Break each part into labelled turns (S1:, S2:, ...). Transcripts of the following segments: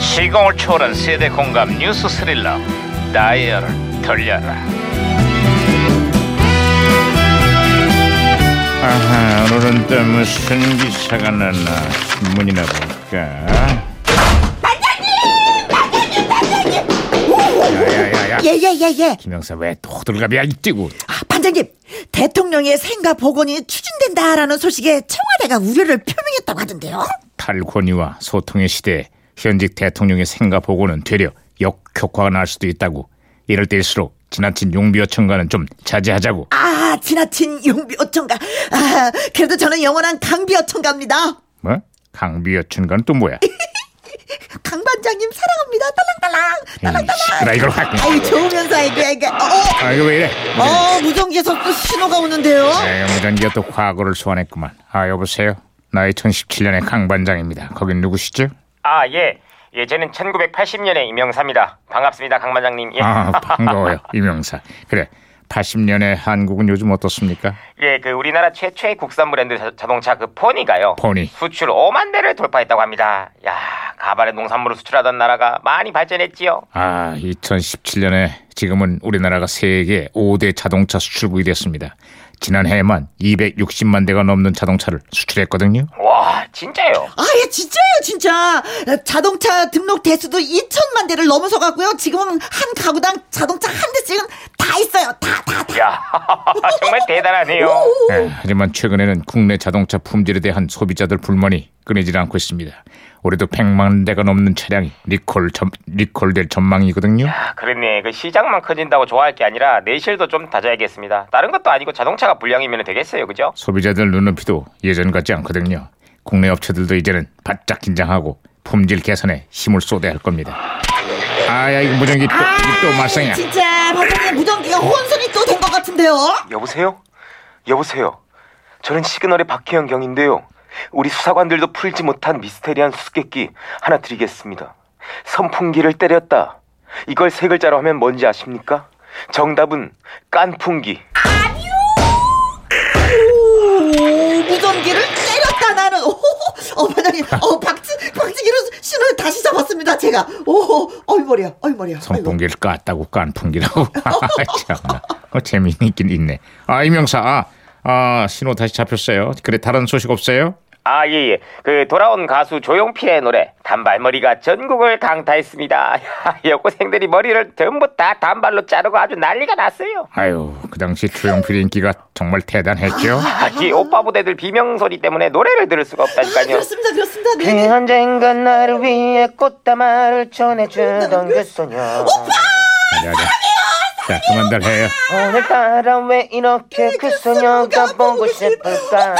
S1: 시공을 초월한 세대 공감 뉴스 스릴러 다이얼을 돌려라 아하 오늘은 또 무슨 기사가 났나 신문이나 볼까 야야야야
S2: 예예예예.
S1: 김영사 왜 도들갑이야 이뛰고
S2: 아, 반장님, 대통령의 생가 복원이 추진된다라는 소식에 청와대가 우려를 표명했다고 하던데요.
S1: 탈권위와 소통의 시대에 현직 대통령의 생각 보고는 되려 역효과가 날 수도 있다고 이럴 때일수록 지나친 용비어 청가는 좀 자제하자고
S2: 아, 지나친 용비 어청가. 아, 그래도 저는 영원한 강비 어청가입니다.
S1: 뭐? 강비어 청가는 또 뭐야?
S2: 강 반장님 사랑합니다. 딸랑딸랑,
S1: 에이,
S2: 딸랑딸랑.
S1: 시끄러 이걸 확
S2: 아유, 좋으면서 아이고, 아이고. 어,
S1: 아이고 왜 이래
S2: 어, 무전기에서 또 신호가 오는데요.
S1: 무전기가또 과거를 소환했구만 아 여보세요 나 2017년의 강반장입니다 거긴 누구시죠?
S3: 아, 예. 예, 저는 1980년에 이명사입니다. 반갑습니다, 강반장님. 예.
S1: 아 반가워요 이명사 그래 80년의 한국은 요즘 어떻습니까?
S3: 예, 그 우리나라 최초의 국산 브랜드 자, 자동차 그 포니가요.
S1: 포니.
S3: 수출 5만 대를 돌파했다고 합니다. 야, 가발에 농산물을 수출하던 나라가 많이 발전했지요.
S1: 아, 2017년에 지금은 우리나라가 세계 5대 자동차 수출국이 됐습니다. 지난해에만 260만 대가 넘는 자동차를 수출했거든요.
S3: 와, 진짜요?
S2: 아, 예, 진짜예요, 진짜. 자동차 등록 대수도 2천만 대를 넘어서 갔고요. 지금은 한 가구당 자동차 한 대씩은 다 있어요. 다, 다, 다.
S3: 야, 정말 대단하네요.
S1: 예, 하지만 최근에는 국내 자동차 품질에 대한 소비자들 불만이 끊이질 않고 있습니다. 올해도 100만 대가 넘는 차량이 리콜 점, 리콜될 전망이거든요.
S3: 아, 그렇네. 그 시장만 커진다고 좋아할 게 아니라 내실도 좀 다져야겠습니다. 다른 것도 아니고 자동차가 불량이면 되겠어요, 그죠?
S1: 소비자들 눈높이도 예전 같지 않거든요. 국내 업체들도 이제는 바짝 긴장하고 품질 개선에 힘을 쏟아야 할 겁니다. 아야 이거 무전기 또, 이게 또 말썽이야.
S2: 진짜 반장님 무전기가 혼선이 또 된 것 같은데요.
S3: 여보세요? 여보세요? 저는 시그널의 박혜영 경인데요. 우리 수사관들도 풀지 못한 미스테리한 수수께끼 하나 드리겠습니다. 선풍기를 때렸다. 이걸 세 글자로 하면 뭔지 아십니까? 정답은 깐풍기.
S2: 오, 무전기를 때렸다 나는. 오, 어 반장님, 어 박치 박치기로 신호를 다시 잡았습니다 제가. 오, 어이 머리야, 어이 머리야. 아이고.
S1: 선풍기를 깠다고 깐 풍기라고. 아, 참, 어, 재미있긴 있네. 아 이명사, 아, 아, 신호 다시 잡혔어요. 그래 다른 소식 없어요?
S3: 아, 예, 예. 그 돌아온 가수 조용필의 노래 단발머리가 전국을 강타했습니다. 여고생들이 머리를 전부 다 단발로 자르고 아주 난리가 났어요.
S1: 아유, 그 당시 조용필의 인기가 정말 대단했죠.
S3: 아니, 오빠 부대들 비명 소리 때문에 노래를 들을 수가 없다니까요.
S2: 아, 그렇습니다, 그렇습니다. 네, 네.
S3: 그 언젠가 나를 위해 꽃다마를 전해주던 그 소녀
S1: 자, 자, 자, 그만들 해요.
S3: 오늘따라 왜 이렇게 그 소녀가 보고 싶을까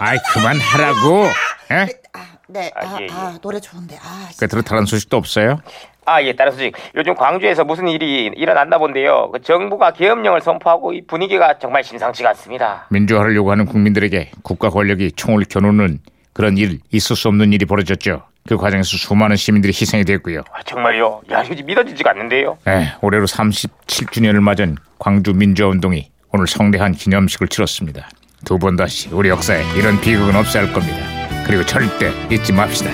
S1: 아이 그만하라고. 예?
S2: 아, 네, 아,
S3: 아, 예, 예.
S2: 아, 노래 좋은데. 아, 씨.
S1: 끝으로 다른 소식도 없어요?
S3: 아 예 다른 소식 요즘 광주에서 무슨 일이 일어났나 본데요 그 정부가 계엄령을 선포하고 이 분위기가 정말 심상치가 않습니다
S1: 민주화를 요구하는 국민들에게 국가 권력이 총을 겨누는 그런 일 있을 수 없는 일이 벌어졌죠. 그 과정에서 수많은 시민들이 희생이 됐고요.
S3: 아, 정말요 야 이거 믿어지지가 않는데요
S1: 네, 올해로 37주년을 맞은 광주 민주화운동이 오늘 성대한 기념식을 치렀습니다. 두 번 다시 우리 역사에 이런 비극은 없어야 할 겁니다. 그리고 절대 잊지 맙시다.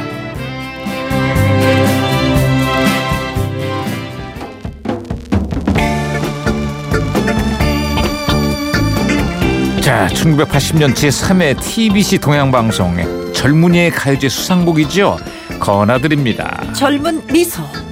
S1: 자, 1980년 제3회 TBC 동양방송의 젊은이의 가요제 수상곡이죠. 건아드립니다.
S2: 젊은 미소.